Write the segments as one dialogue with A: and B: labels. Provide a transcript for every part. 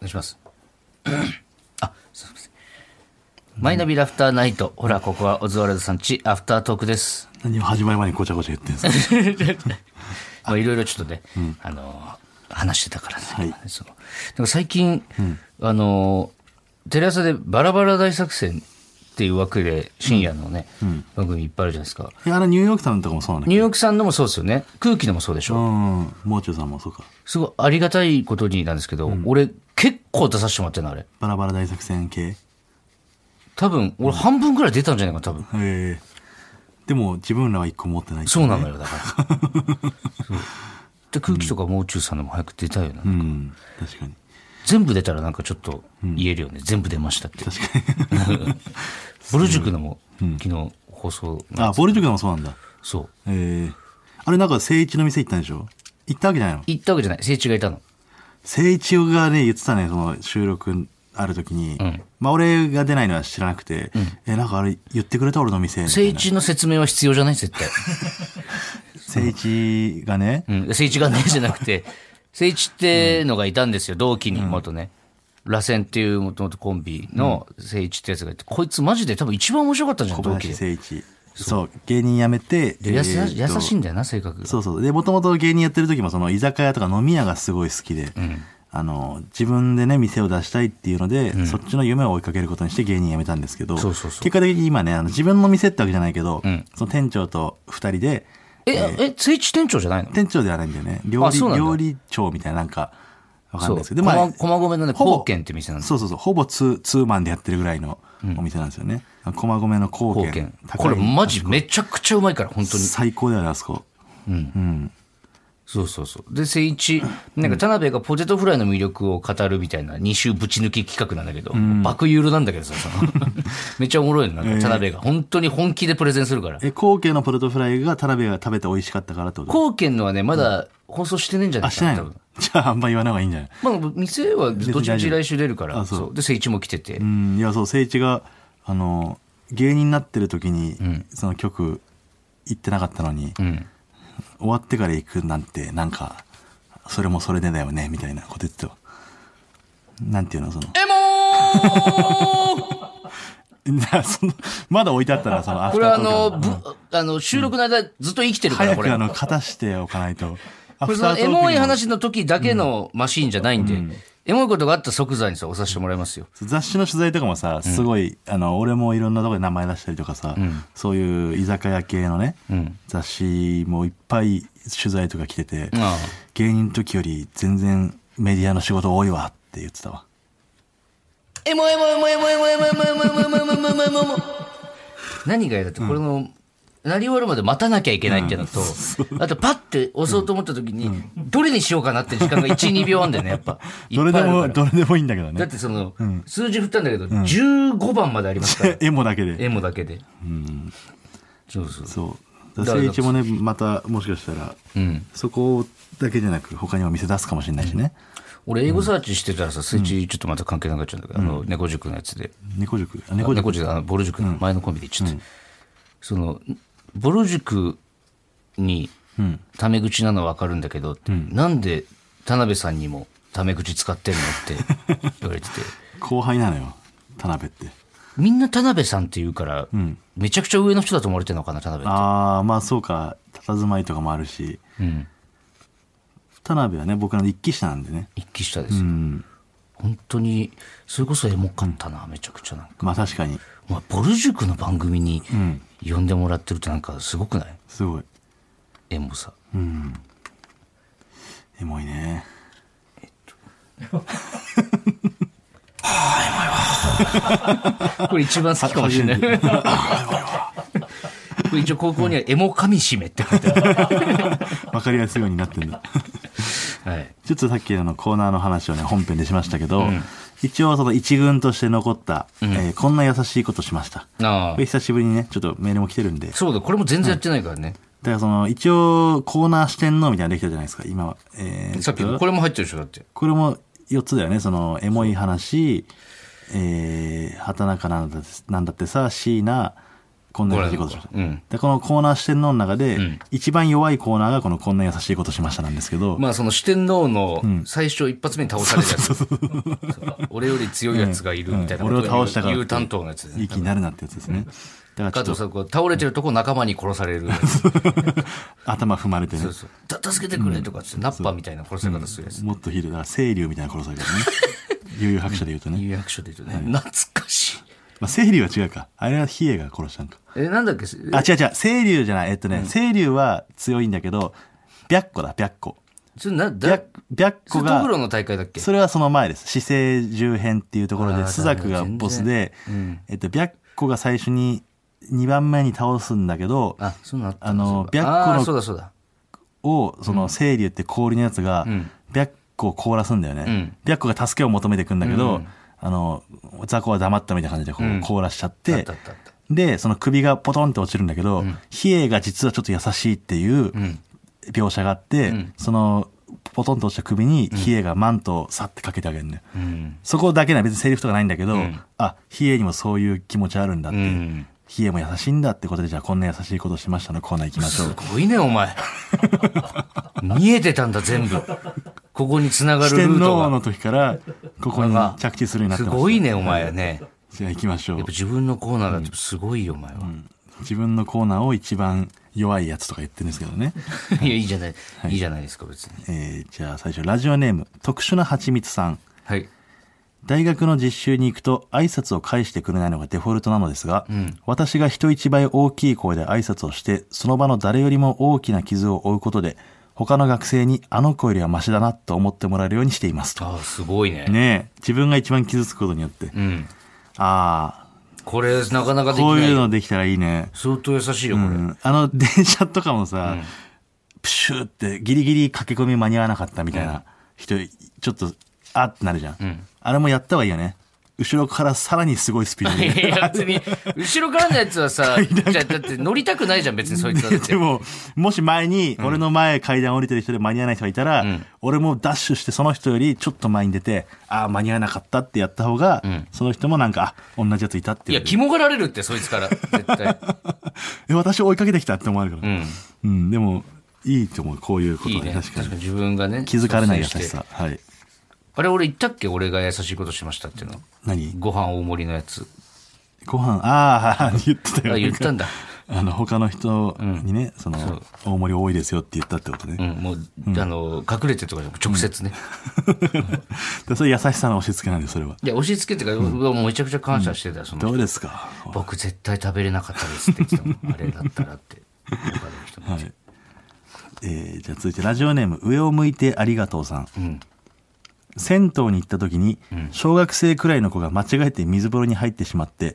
A: 願いします。あ、すいません。マイナビラフターナイト。ほら、ここはオズワルドさんち、アフタートークです。
B: 何を始まる前にごちゃごちゃ言って んですか
A: まあ、いろいろちょっとね、あのー、話してたからね。
B: はい
A: そのなんか最近、あのー、テレ朝でバラバラ大作戦っていう枠で、深夜のね、番組いっぱいあるじゃないですか。
B: いやあれニューヨークさんのとかもそうなんだけ
A: ニューヨークさんのもそうですよね。空気のもそうでしょ
B: ど。うん。もう中さんもそうか。
A: すごいありがたいことになんですけど、俺結構出させてもらってんのあれ。
B: バラバラ大作戦系。
A: 多分、俺半分くらい出たんじゃないかな、多分。
B: ええでも自分らは一個持ってない、
A: そうなの。よ、だから。 そうで空気とかもう中さんのも早く出たいよな、
B: うん。確かに。
A: 全部出たらなんかちょっと言えるよね。全部出ましたって。
B: 確かに。
A: ボル塾のも、昨日放送が、
B: あ、ボルジュクでもそうなんだ。
A: そう。
B: ええあれなんか聖一の店行ったんでしょ行ったわけじゃないの
A: 行ったわけじゃない。聖地がいたの。
B: 聖一がね、言ってたね、その収録ある時に。
A: ん
B: まあ俺が出ないのは知らなくて、え、なんかあれ言ってくれた俺の店みた
A: 聖
B: いな。
A: 地の説明は必要じゃない絶対。
B: 聖一がね、
A: うん。聖地がね、じゃなくて、聖地ってのがいたんですよ、同期に、元ね。螺旋っていう元々コンビの聖地ってやつがいて、こいつマジで多分一番面白かったんじゃん、
B: 小
A: 同期
B: 林
A: で。
B: 聖一。そう、芸人辞めて、
A: でやさ
B: えーっと
A: 優しいんだよな、性格が。
B: そうそう。で、もともと芸人やってる時も、その居酒屋とか飲み屋がすごい好きで、あの、自分でね、店を出したいっていうので、そっちの夢を追いかけることにして芸人辞めたんですけど、
A: そうそうそう
B: 結果的に今ね、あの自分の店ってわけじゃないけど、
A: ん
B: その店長と二人で、
A: え、え、聖地店長じゃないの
B: 店長ではないんだよね。料
A: あ
B: 理
A: そう、なんだ
B: 料理長みたいな、なんか、わか
A: そ
B: んな
A: う
B: いですけど、
A: 駒
B: まあ
A: 駒込のね、
B: ほぼ
A: 貢献って店なんです
B: そうそうそう、ほぼツーツーマンでやってるぐらいのお店なんですよね。駒込の貢
A: 貢
B: 献
A: 献。。これ
B: ま
A: マジめちゃくちゃうまいから、本当に。
B: 最高だよね、あそこ。
A: そうそうそう。で、聖一、なんか田辺がポテトフライの魅力を語るみたいな2週ぶち抜き企画なんだけど、爆ユーロなんだけどさ、その めっちゃおもろいの、なんか田辺が。本当に本気でプレゼンするから。
B: え、貢献のポテトフライが田辺が食べて美味しかったからってこと
A: 貢献のはね、まだ放送してねえんじゃな
B: あ、
A: いか
B: してない
A: 多
B: の
A: 分
B: じゃあ、あんま言わない方がいいんじゃない
A: まあ、店はどっちみち来週出るから、
B: あそう
A: そう。で、聖一も来てて
B: う。ん、いや、そう、聖一が、あの、芸人になってる時に、その曲、行ってなかったのに、
A: うん。
B: 終わってから行くなんて、なんか、それもそれでだよね、みたいなこと言ってたわなんていうの、そ の。
A: エ モー
B: なそのまだ置いてあったら、その、ア
A: これはあ
B: トー
A: の、
B: ク
A: ぶあの、収録の間ずっと生きてるから、
B: 早
A: これ
B: く、あ。の、片しておかないと。
A: これそ
B: ア
A: の
B: フタ
A: エ
B: ートークにも
A: モい話の時だけのマシーンじゃないんで、エモいことがあったら即座にさ、押させてもらいますよ。
B: 雑誌の取材とかもさすごい、あの俺もいろんなとこで名前出したりとかさ、そういう居酒屋系のね、
A: ん
B: 雑誌もいっぱい取材とか来てて、
A: ああ
B: 芸人の時より全然メディアの仕事多いわって言ってたわ
A: エモエモエモエモエモエモエモエモエモエモエモエモエモエモエモ何が嫌だって、これの、なり終わるまで待たなきゃいけないっていうのと、あとパッて押そうと思った時に、どれにしようかなって時間が1、2秒あんだよね、やっぱ。
B: どれで
A: いっぱいあ
B: も
A: るから
B: どれでもいいんだけど
A: だっ
B: ね、
A: てその、数字振ったんだけど、15番までありますから
B: エモだけで
A: エモだけで。そうそう。
B: そうだから誠一もねまたもしかしたら、そこだけじゃなく他にも店出すかもしれないしね、
A: 俺、英語サーチしてたらさ、数値ちょっとまた関係なくなっちゃうんだけど、あの、猫塾のやつで。
B: 猫塾あ猫塾
A: 猫塾、あの、ボル塾の前のコンビで行っちゃって。その、ボル塾に、タメ口なのはわかるんだけど、なんで田辺さんにもタメ口使ってるの って言われてて。
B: 後輩なのよ田辺って
A: みんな田辺さんって言うから、めちゃくちゃ上の人だと思われてるのかな、田辺って。
B: ああまあそうか佇まいとかもあるし
A: うん。
B: 田辺はね僕の一期下なんでね
A: 一気下ですよ。本当に、それこそエモかったな、めちゃくちゃなんか。
B: まあ確かに
A: まあ、ボル塾の番組に呼んでもらってるってなんかすごくない
B: すごい
A: エモさ。
B: エモいね
A: これ一番好きかもしれない。これ一応高校にはエモかみしめって書いてある。
B: わかりやすいようになってんだ
A: はい。
B: ちょっとさっきあのコーナーの話をね本編でしましたけど、一応その一軍として残った、えーこんな優しいことしました
A: ああ
B: これ。久しぶりにねちょっとメールも来てるんでだか
A: そうだ、これも全然やってないからね。
B: らその一応コーナー四天王みたいなのできたじゃないですか今は、えー
A: さっきの、これも入ってるでしょ、だって。
B: これも4つだよね。その、エモい話、えー、畑中なんだってなんだってさ、椎名、こんな優しいことしました。
A: うん
B: で、このコーナー四天王の中で、
A: ん
B: 一番弱いコーナーがこのこんな優しいことしましたなんですけど、
A: まあその四天王の最初一発目に倒されるやつ、そう俺より強いやつがいるみたいな
B: うん
A: ことを
B: 俺を倒したから
A: 言う担当のやつです
B: いい
A: ね
B: 気になるなってやつですね。だか
A: 加藤
B: らちょっと
A: さんこう倒れてるとこ仲間に殺されるやつ
B: 頭踏まれてね
A: そう。そうた助けてくれとかっつってナッパみたいな殺され方するやつ
B: もっとヒール、だから清流みたいな殺され方ね。 悠々白書で言うとね。
A: 有役所で言うとね懐かしい
B: まあ、清流は違うか。あれは比叡が殺したんか。
A: えなんだっけ
B: あ、違う違う。清流じゃない。えっとね、清流は強いんだけど、白虎だ、白虎。
A: それなだ
B: 白白
A: それ
B: 虎
A: トグロ
B: が、
A: の大会だっけ
B: それはその前です。死生十編っていうところ
A: あー
B: で、朱雀がボスで、えっと、白虎が最初に、2番目に倒すんだけど、
A: あそうなった
B: あの
A: そうか
B: 白虎の
A: あーそうだそうだ
B: を、その、清流って氷のやつが
A: ん、
B: 白虎を凍らすんだよね。
A: ん
B: 白虎が助けを求めてくんだけど、あの、雑魚は黙ったみたいな感じでこ
A: うん
B: う凍らしちゃっ
A: あ
B: て、
A: ったあったあった
B: で、その首がポトンって落ちるんだけど、比叡が実はちょっと優しいっていう描写があって、その、ポトンと落ちた首に比叡がマントをさってかけてあげるんだよ。
A: うん
B: そこだけなら別にセリフとかないんだけど、
A: ん
B: あ、比叡にもそういう気持ちあるんだっ
A: う
B: て。
A: ん
B: 比叡も優しいんだってことで、じゃあこんな優しいことしましたのコーナー行きましょ
A: す
B: う。
A: ごいね、お前。見えてたんだ、全部。ここに繋が
B: 四
A: るル
B: 天
A: ート
B: 王
A: が。
B: の時から、ここに着地するようになって
A: す
B: ます。
A: ごいね、お前はね。
B: じゃあ行きましょう
A: やっぱ。自分のコーナーだってすごいよ、お前は。
B: 自分のコーナーを一番弱いやつとか言ってるんですけどね。
A: いや、いいじゃない、い、いじゃないですか、別に。
B: えーじゃあ最初、ラジオネーム、特殊な蜂蜜さん。
A: はい。
B: 大学の実習に行くと挨拶を返してくれないのがデフォルトなのですが、私が人一倍大きい声で挨拶をして、その場の誰よりも大きな傷を負うことで、他の学生にあの子よりはマシだなと思ってもらえるようにしていますと。
A: ああ、すごいね。
B: ねえ、自分が一番傷つくことによって。
A: うん。
B: あ
A: これ、なかなか
B: あ、
A: でき
B: こう
A: ないいうよ。
B: のできたらいいね。
A: 相当優しいよ、
B: う
A: これ。
B: ん、あの、電車とかもさ、プシューってギリギリ駆け込み間に合わなかったみたいな人、ちょっと、あってなるじゃん,、あれもやった方がいいよね。後ろからさらにすごいスピード で。
A: いや、別に、後ろからのやつはさ、じゃあだって乗りたくないじゃん、別にそいつはだって
B: で。も、もし前に、俺の前階段降りてる人で間に合わない人がいたら、俺もダッシュしてその人よりちょっと前に出て、ああ、間に合わなかったってやった方が、その人もなんか、あ、同じやついたって
A: い
B: いう
A: や、肝がられるって、そいつ から。絶対。
B: え、私追いかけてきたって思われるから。
A: ん
B: うん。でも、いいと思う、こういうこと
A: いい
B: は
A: ね。
B: 確かに。
A: 自分がね。
B: 気づかれない優
A: 率先
B: し
A: して
B: さ。はい。
A: あれ俺言ったっけ俺が優しいことしましたっていうの。
B: 何
A: ご飯大盛りのやつ。
B: ご飯、ああ、言ってたよ。
A: あ言ったんだ。
B: あの、他の人にね、その、大盛り多いですよって言ったってこと
A: う
B: ね。
A: ん、もう、あの、隠れてとかじゃなく直接ね。
B: でそれ優しさの押し付けなんで、それは。
A: いや、押し付けっていうか、うわもうめちゃくちゃ感謝してたよ、その
B: ど
A: 人。
B: うですか
A: 僕絶対食べれなかったですって言ってたもん。あれだったらって。他の人も
B: はい。えーじゃあ続いてラジオネーム、上を向いてありがとうさん。
A: ん
B: 銭湯に行った時に、小学生くらいの子が間違えて水風呂に入ってしまって、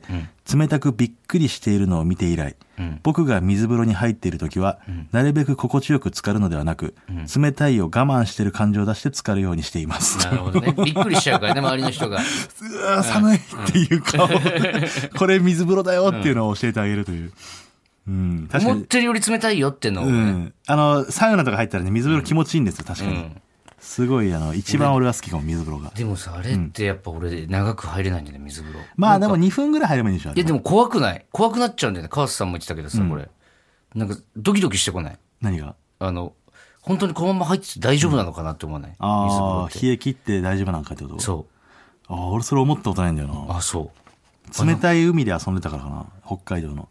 B: 冷たくびっくりしているのを見て以来、僕が水風呂に入っている時は、なるべく心地よく浸かるのではなく、冷たいを我慢している感情を出して浸かるようにしています。
A: なるほど ね。びっくりしちゃうからね、周りの人が。
B: うわー寒いっていう顔。 これ水風呂だよっていうのを教えてあげるという。うん、確か
A: 思っ
B: に。
A: てるより冷たいよってのを
B: う
A: ね。
B: ん。あの、サウナとか入ったらね、水風呂気持ちいいんですよ、確かに。すごい、あの、一番俺は好きかも、水風呂が。
A: でもさ、あれってやっぱ俺長く入れないんだよね、水風呂。
B: まあでも2分ぐらい入ればいいんでしょ、あ
A: い
B: れ
A: や、でも怖くない。怖くなっちゃうんだよね。川瀬さんも言ってたけどさ、これ。なんか、ドキドキしてこない。
B: 何が
A: あの、本当にこのまま入ってて大丈夫なのかなって思わない、水風呂
B: あ
A: っ
B: あ、
A: て。
B: 冷え切って大丈夫なんかってこと
A: そ
B: ああ、俺それ思ったことないんだよ
A: う。あ、そ
B: な。冷たい海で遊んでたからかな、北海道の。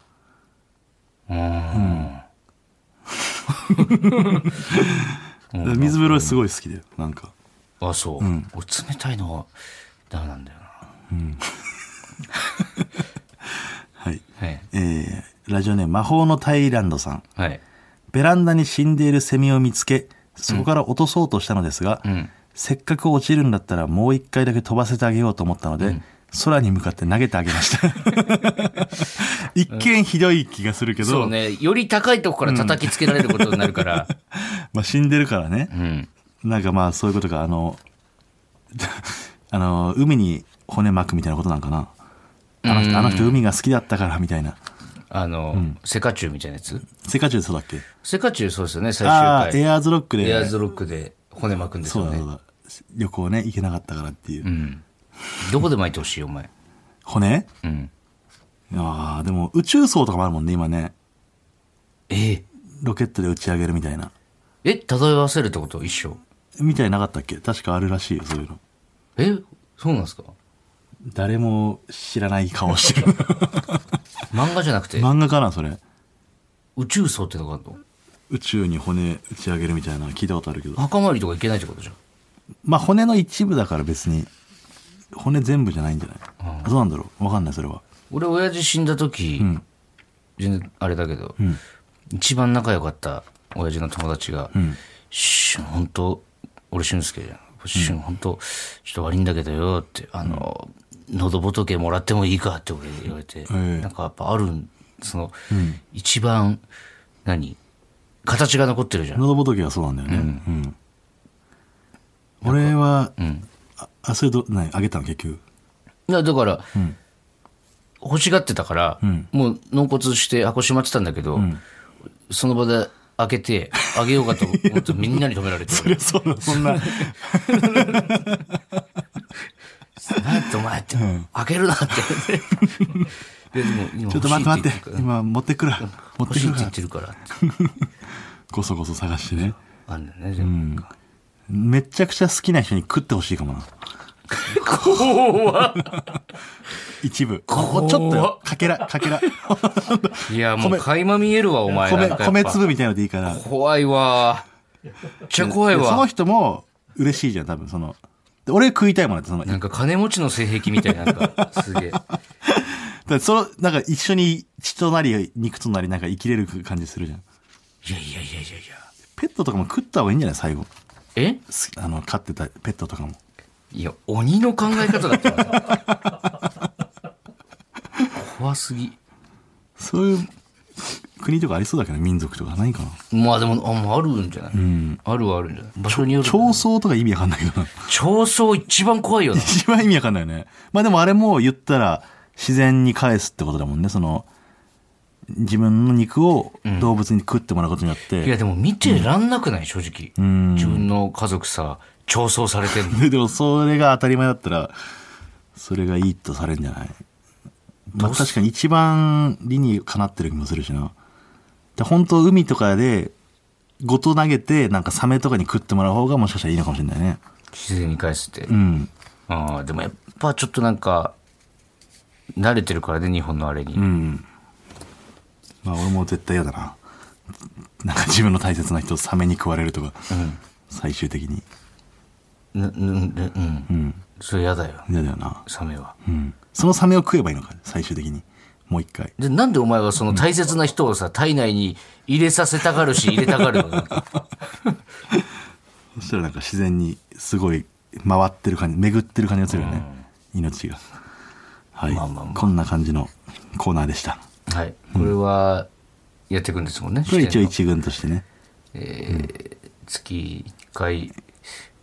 A: う。うーん。
B: 水風呂すごい好きで、なんか。
A: あ、そう。俺冷たいのはダメなんだよな。
B: はい。
A: はい。
B: えー、ラジオネーム魔法のタイランドさん。
A: はい。
B: ベランダに死んでいるセミを見つけ、そこから落とそうとしたのですが、
A: ん
B: せっかく落ちるんだったらもう一回だけ飛ばせてあげようと思ったので、空に向かって投げてあげま した。一見ひどい気がするけ
A: そ
B: ど、
A: うね。より高いとこから叩きつけられることになる から。
B: まあ死んでるからね
A: う、ん。
B: なんかまあそういうことが、あの、 あの、海に骨巻くみたいなことなんかな。あの人、あの人海が好きだったからみたいな。
A: あの、セカチュウみたいなやつ。
B: セカチュウそうだっけ
A: セカチュウそうですよね、最
B: ああ、
A: 終
B: エ
A: 回。
B: アーズロックで。
A: エアーズロックで骨巻くんです
B: そう
A: よ
B: だそ
A: ね。
B: うだ。旅行ね、行けなかったからっていう。
A: うん。どこで巻いてほしい、お前。
B: 骨
A: うん。
B: ああ、でも宇宙層とかもあるもんね、今ね。
A: ええ
B: ロケットで打ち上げるみたいな。
A: え、漂わせるってこと一緒。
B: みたいなかったっけ確かあるらしいよ、そういうの。
A: え、そうなんですか
B: 誰も知らない顔して る。
A: 漫画じゃなくて、
B: 漫画かな、それ。
A: 宇宙層ってのがあるの
B: 宇宙に骨打ち上げるみたいなの聞いたことあるけど。
A: 墓参りとか行けないってことじゃん。
B: まあ骨の一部だから別に、骨全部じゃないんじゃない、どうなんだろうわかんない、それは。
A: 俺、親父死んだ時、全然あれだけど、一番仲良かった親父の友達が、しゅん、本当俺、俊介じゃん。しゅん、本当ちょっと悪いんだけどよって、あの、喉仏もらってもいいかって俺言われて、
B: え
A: なんかやっぱあるん、その、一番、何形が残ってるじゃん。
B: 喉仏はそうなんだよね。うん。俺は、あ、あそれど、何あげたの結局。
A: いや、だから、欲しがってたから、もう納骨して箱閉まってたんだけど、その場で開けて、あげようかと思ってみんなに止められて、
B: そりゃそうだ、そん な。
A: なんてお前って、開けるなって。で、でも今
B: ちょっと待って待って
A: 欲しい。
B: 今持ってくる。持っ
A: 欲
B: て
A: し
B: く
A: いって言
B: るか
A: っ
B: ら。
A: てるからって。
B: こそこそ探してね。
A: あんだよね、でも。
B: めちゃくちゃ好きな人に食ってほしいかもな。一部。ここちょっとよかけら、かけ ら。
A: いや、もう垣間見えるわ、お前。
B: 米、
A: なんかやっぱ
B: 米粒みたいのでいいから。
A: 怖いわ。めっちゃ怖い
B: でその
A: わ。
B: 人も嬉しいじゃん、多分その。で俺食いたいもんだって、その。
A: なんか金持ちの性癖みたいな、なんか、すげえ。
B: だからその、なんか一緒に血となり、肉となり、なんか生きれる感じするじゃん。
A: いやいやいやいやいや。
B: ペットとかも食った方がいいんじゃない最後。
A: え
B: すあの、飼ってたペットとかも。
A: いや、鬼の考え方だったな。怖すぎ。
B: そういう国とかありそうだけど、民族とかないかな。
A: まあでも、あもうあるんじゃない、あるはあるんじゃない場所による。
B: 競争とか意味わかんないけどな。
A: 調層一番怖いよな。
B: 一番意味わかんないよね。まあでもあれも言ったら自然に返すってことだもんね。その、自分の肉を動物に食ってもらうことによっ
A: いや
B: て。
A: でも見てらんなくない、正直。
B: うん。
A: 自分の家族さ、調層されてんの。
B: ででもそれが当たり前だったら、それがいいとされるんじゃないまあ確かに一番理にかなってる気もするしな。で本当海とかで、ごと投げて、なんかサメとかに食ってもらう方がもしかしたらいいのかもしれないね。
A: 自然に返すって。
B: うん。
A: ああ、でもやっぱちょっとなんか、慣れてるからね、日本のあれに。
B: うん。まあ俺も絶対嫌だな。なんか自分の大切な人をサメに食われるとか、最終的に。
A: なななうん。それ嫌だよ、
B: 嫌だよな。
A: サメは。
B: うん。そのサメを食えばいいのか、最終的に。もう一回。
A: で、なんでお前はその大切な人をさ、体内に入れさせたがるし、入れたがるのなんか
B: そしたらなんか自然にすごい回ってる感じ、巡ってる感じがするよね。命が。はい、
A: まあまあまあ
B: こんな感じのコーナーでした。
A: はい。これは、やっていくんですもんね。
B: これ
A: 視
B: 一応
A: 点の
B: 一軍としてね。
A: 月1回、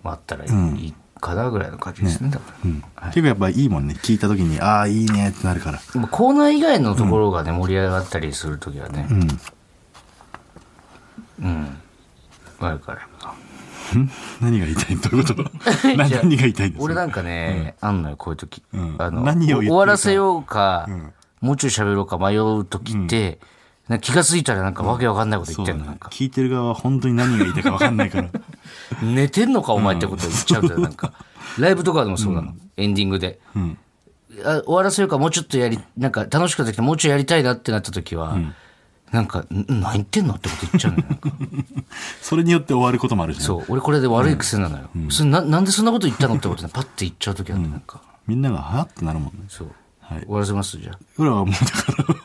A: まああったらいいかなぐらいの感じですね、だから。はい
B: 結構やっぱいいもんね。聞いた時に、ああ、いいねってなるから。
A: でもコーナー以外のところがね、盛り上がったりするときはね、
B: うん。
A: あるから。
B: 何が言いたいどういうこと な何が言いたいんです
A: 俺
B: か
A: なんかね、あんのよ、こういうとき。
B: ん
A: あの、
B: 何を言ってるか
A: 終わらせようか、もうちょい喋ろうか迷うときって、なんか気がついたらなんかわけわかんないこと言
B: そ
A: っ
B: う
A: て
B: だ
A: ん
B: ね
A: の、なんか。
B: 聞いてる側は本当に何が言いたいか分かんな いから。
A: 寝てんのかお前ってこと言っちゃうんだよ、なん か。ライブとかでもそうなの、エンディングで。あ終わらせようか、もうちょっとやり、なんか楽しかったけど、もうちょいやりたいなってなった時は、なんか、ん何言ってんのってこと言っちゃうのよ。なんか
B: それによって終わることもあるじゃん。
A: そう、俺これで悪い癖なのよ。それななんでそんなこと言ったのってことね、パッて言っちゃう時あるのなんか。
B: みんなが、はってなるもんね。
A: そう。
B: はい
A: 終わらせますじゃあ。
B: 俺はもうだか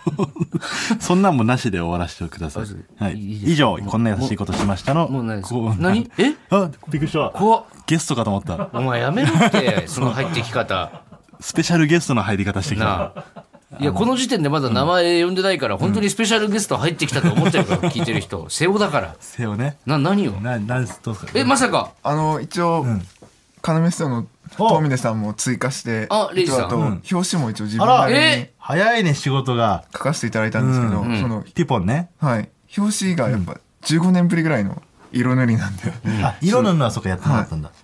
B: ら、そんなんもなしで終わらせてください。はい。
A: いいです
B: 以上、こんな優しいことしましたの。
A: もうないです
B: コーナー
A: 何え
B: あ、びっくりした。
A: 怖っ
B: ゲストかと思った。
A: お前やめろって、その入ってき方。
B: スペシャルゲストの入り方してきた。
A: なあ。いや、この時点でまだ名前呼んでないから、本当にスペシャルゲスト入ってきたと思ってるから、聞いてる人。瀬尾だから。
B: せよね。
A: な、何を
B: な、なんす、どうすか
A: え、まさか、
C: あの一応、カナメストの遠峰さんも追加して
A: あレイジさん
C: あと、
A: うん
C: 表紙も一応自分
B: あら
C: なりに
A: え
B: 早いね、仕事が。
C: 書かせていただいたんですけど、
B: うん
C: その
B: ピポンね。
C: はい表紙がやっぱ15年ぶりぐらいの色塗りなんで、ち
B: あ、色塗るのはそこやってなかったんだ。
C: ょっ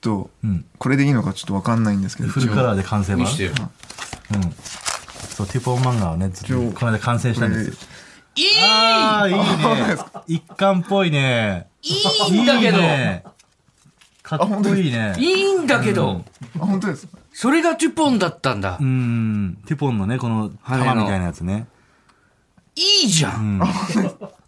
C: と、
B: ん
C: これでいいのかちょっとわかんないんですけど
B: フルカラーで完成
A: 見
B: 版。
A: してよ。
B: そう、テュポン漫画をね、ずっと、この間完成したんですよ。
A: いい
B: ああ、いいね。一巻っぽいね。
A: いいんだけど
B: いいねかっこいいね。
A: いいんだけど、
C: あ、本当ですか
A: それがチュポンだったんだ。
B: うん。テュポンのね、この玉みたいなやつね。
A: いいじゃん。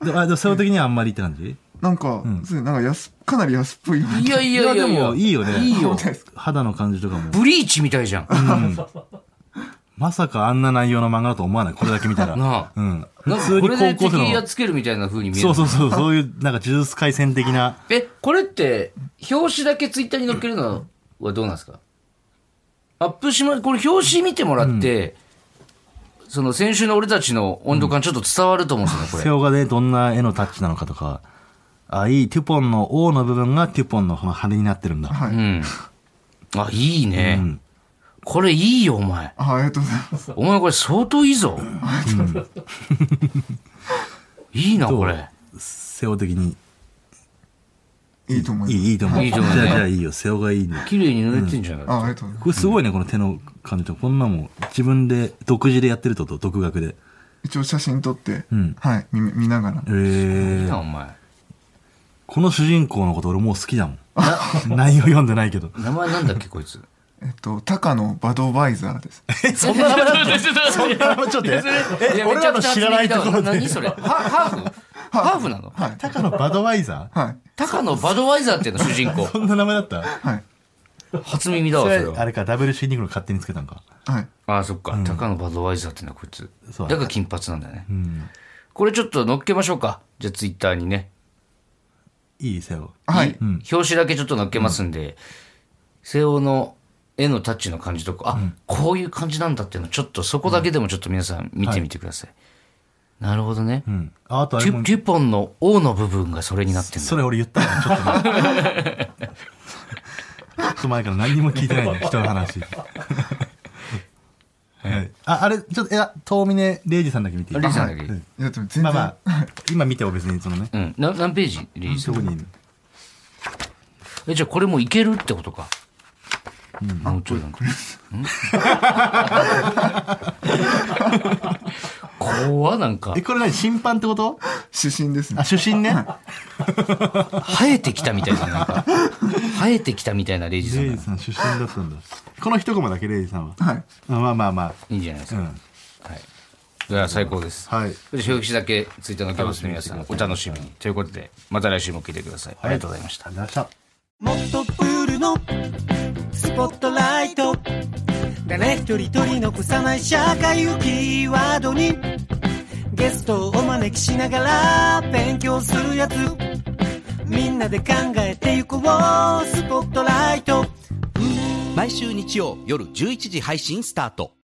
B: であ、でも、そういう時にはあんまりって感じ
C: なんか、そうなんか安、かなり安っぽいようない
A: やいやいや
B: いやでもいいよね
A: いいよ
C: 本。当ですか
B: 肌の感じとかも。
A: ブリーチみたいじゃん。
B: まさかあんな内容の漫画だと思わない。これだけ見たら。
A: なあ
B: うん。
A: なんかこれで敵やっつけるみたいな風に見える。
B: そうそうそう、そういう、なんか、呪術廻戦的な。
A: え、これって、表紙だけツイッターに載っけるのはどうなんですかアップしま、これ表紙見てもらって、その先週の俺たちの温度感ちょっと伝わると思うんですよね、こ
B: セ
A: れ。
B: オがね、どんな絵のタッチなのかとか。あ、いい。テュポンの O の部分がテュポンのこの羽になってるんだ。
C: はい、
A: うん。あ、いいね。
B: ん
A: これいいよ、お前。
C: あ。ありがとうございます。
A: お前これ相当いいぞ。いいな、
B: どう
A: これ。
B: セオ的に。
C: いいと思い
B: い
C: ます。
B: い、いいと思う。
A: いいと思うね
B: じゃあ、じゃあいいよ。セオがいいね。
A: 綺麗に塗れてんじゃない、
C: あ、ありがとうございま
B: これすごいね、この手の感じと。こんなもん、自分で、独自でやってるとと、独学で。
C: す。一応写真撮って、
B: ん
C: はい、見、見ながら
B: え。ー
A: いいな、お前。
B: この主人公のこと俺もう好きだも ん。内容読んでないけど。
A: 名前なんだっけ、こいつ。
C: えっと、高野バドバイザーです。
A: そんな名前だったそ んな
B: ちょっと待ってえ、俺らの知らないところで。
A: 何それハハーフハーフなの
C: はい。
B: 高野バドワイザ
C: はい。
A: 高野バドワイザーっていうの主人公
B: ー。そんな名前だった
C: はい。
A: 初耳だわ、
B: そ
A: そ
B: れ
A: れ
B: あ
A: は。
B: れか、WC ニクロ勝手につけたんか。
C: はい。
A: ああ、そっか。高野バドワイザーっていうのはこいつ。
B: そうだ
A: だ
B: ね
A: から金髪なんだよね
B: う。ん。
A: これちょっと乗っけましょうか。じゃあツイッターにね。
B: いいですよ。
C: はい。
A: 表紙だけちょっと載っけますんで、西欧の絵のタッチの感じとか、あ、こういう感じなんだっていうの、ちょっとそこだけでもちょっと皆さん見てみてください。なるほどね。
B: うん。ああとあ
A: テ
B: れも
A: ュ、テュポンの王の部分がそれになってんだ。
B: それ俺言ったのちょっと前。ちょっと前から何にも聞いてないね、人の話。はい、あ、あれ、ちょっと、いや、遠峰礼二さんだけ見ていい
A: レイさんだけ。
C: いや、でも全然、
B: まあまあ、今見ても別にそのね、
A: うん。な何ページリリース
B: そこにいる。
A: え、じゃあこれもういけるってことか。もうちょいなんか。ん怖なんか
B: え、。これ何審判ってこと
C: 指針です
B: あ、
C: ね。
B: 主審ね。
A: 生えてきたみたいな、なんか。生えてきたみたいなレイジさん
B: レイ
A: だ
B: ジ
A: な。
B: さん出身だったんだ。この一コマだけレイジさんは。
C: はい。
B: あまあまあま
A: いいんじゃないです
B: あ。う
A: か。
B: ん。
A: はい。いや、最高です。
B: はい
A: 表紙だけツイッターのけますので皆さん、お楽しみに。ということで、また来週も聞いてください。ありがとうございました。
B: ありがとうございました。
D: もっとプールのスポットライト誰一人取り残さない社会をキーワードにゲストをお招きしながら勉強するやつみんなで考えてゆこうスポットライト
E: 毎週日曜夜11時配信スタート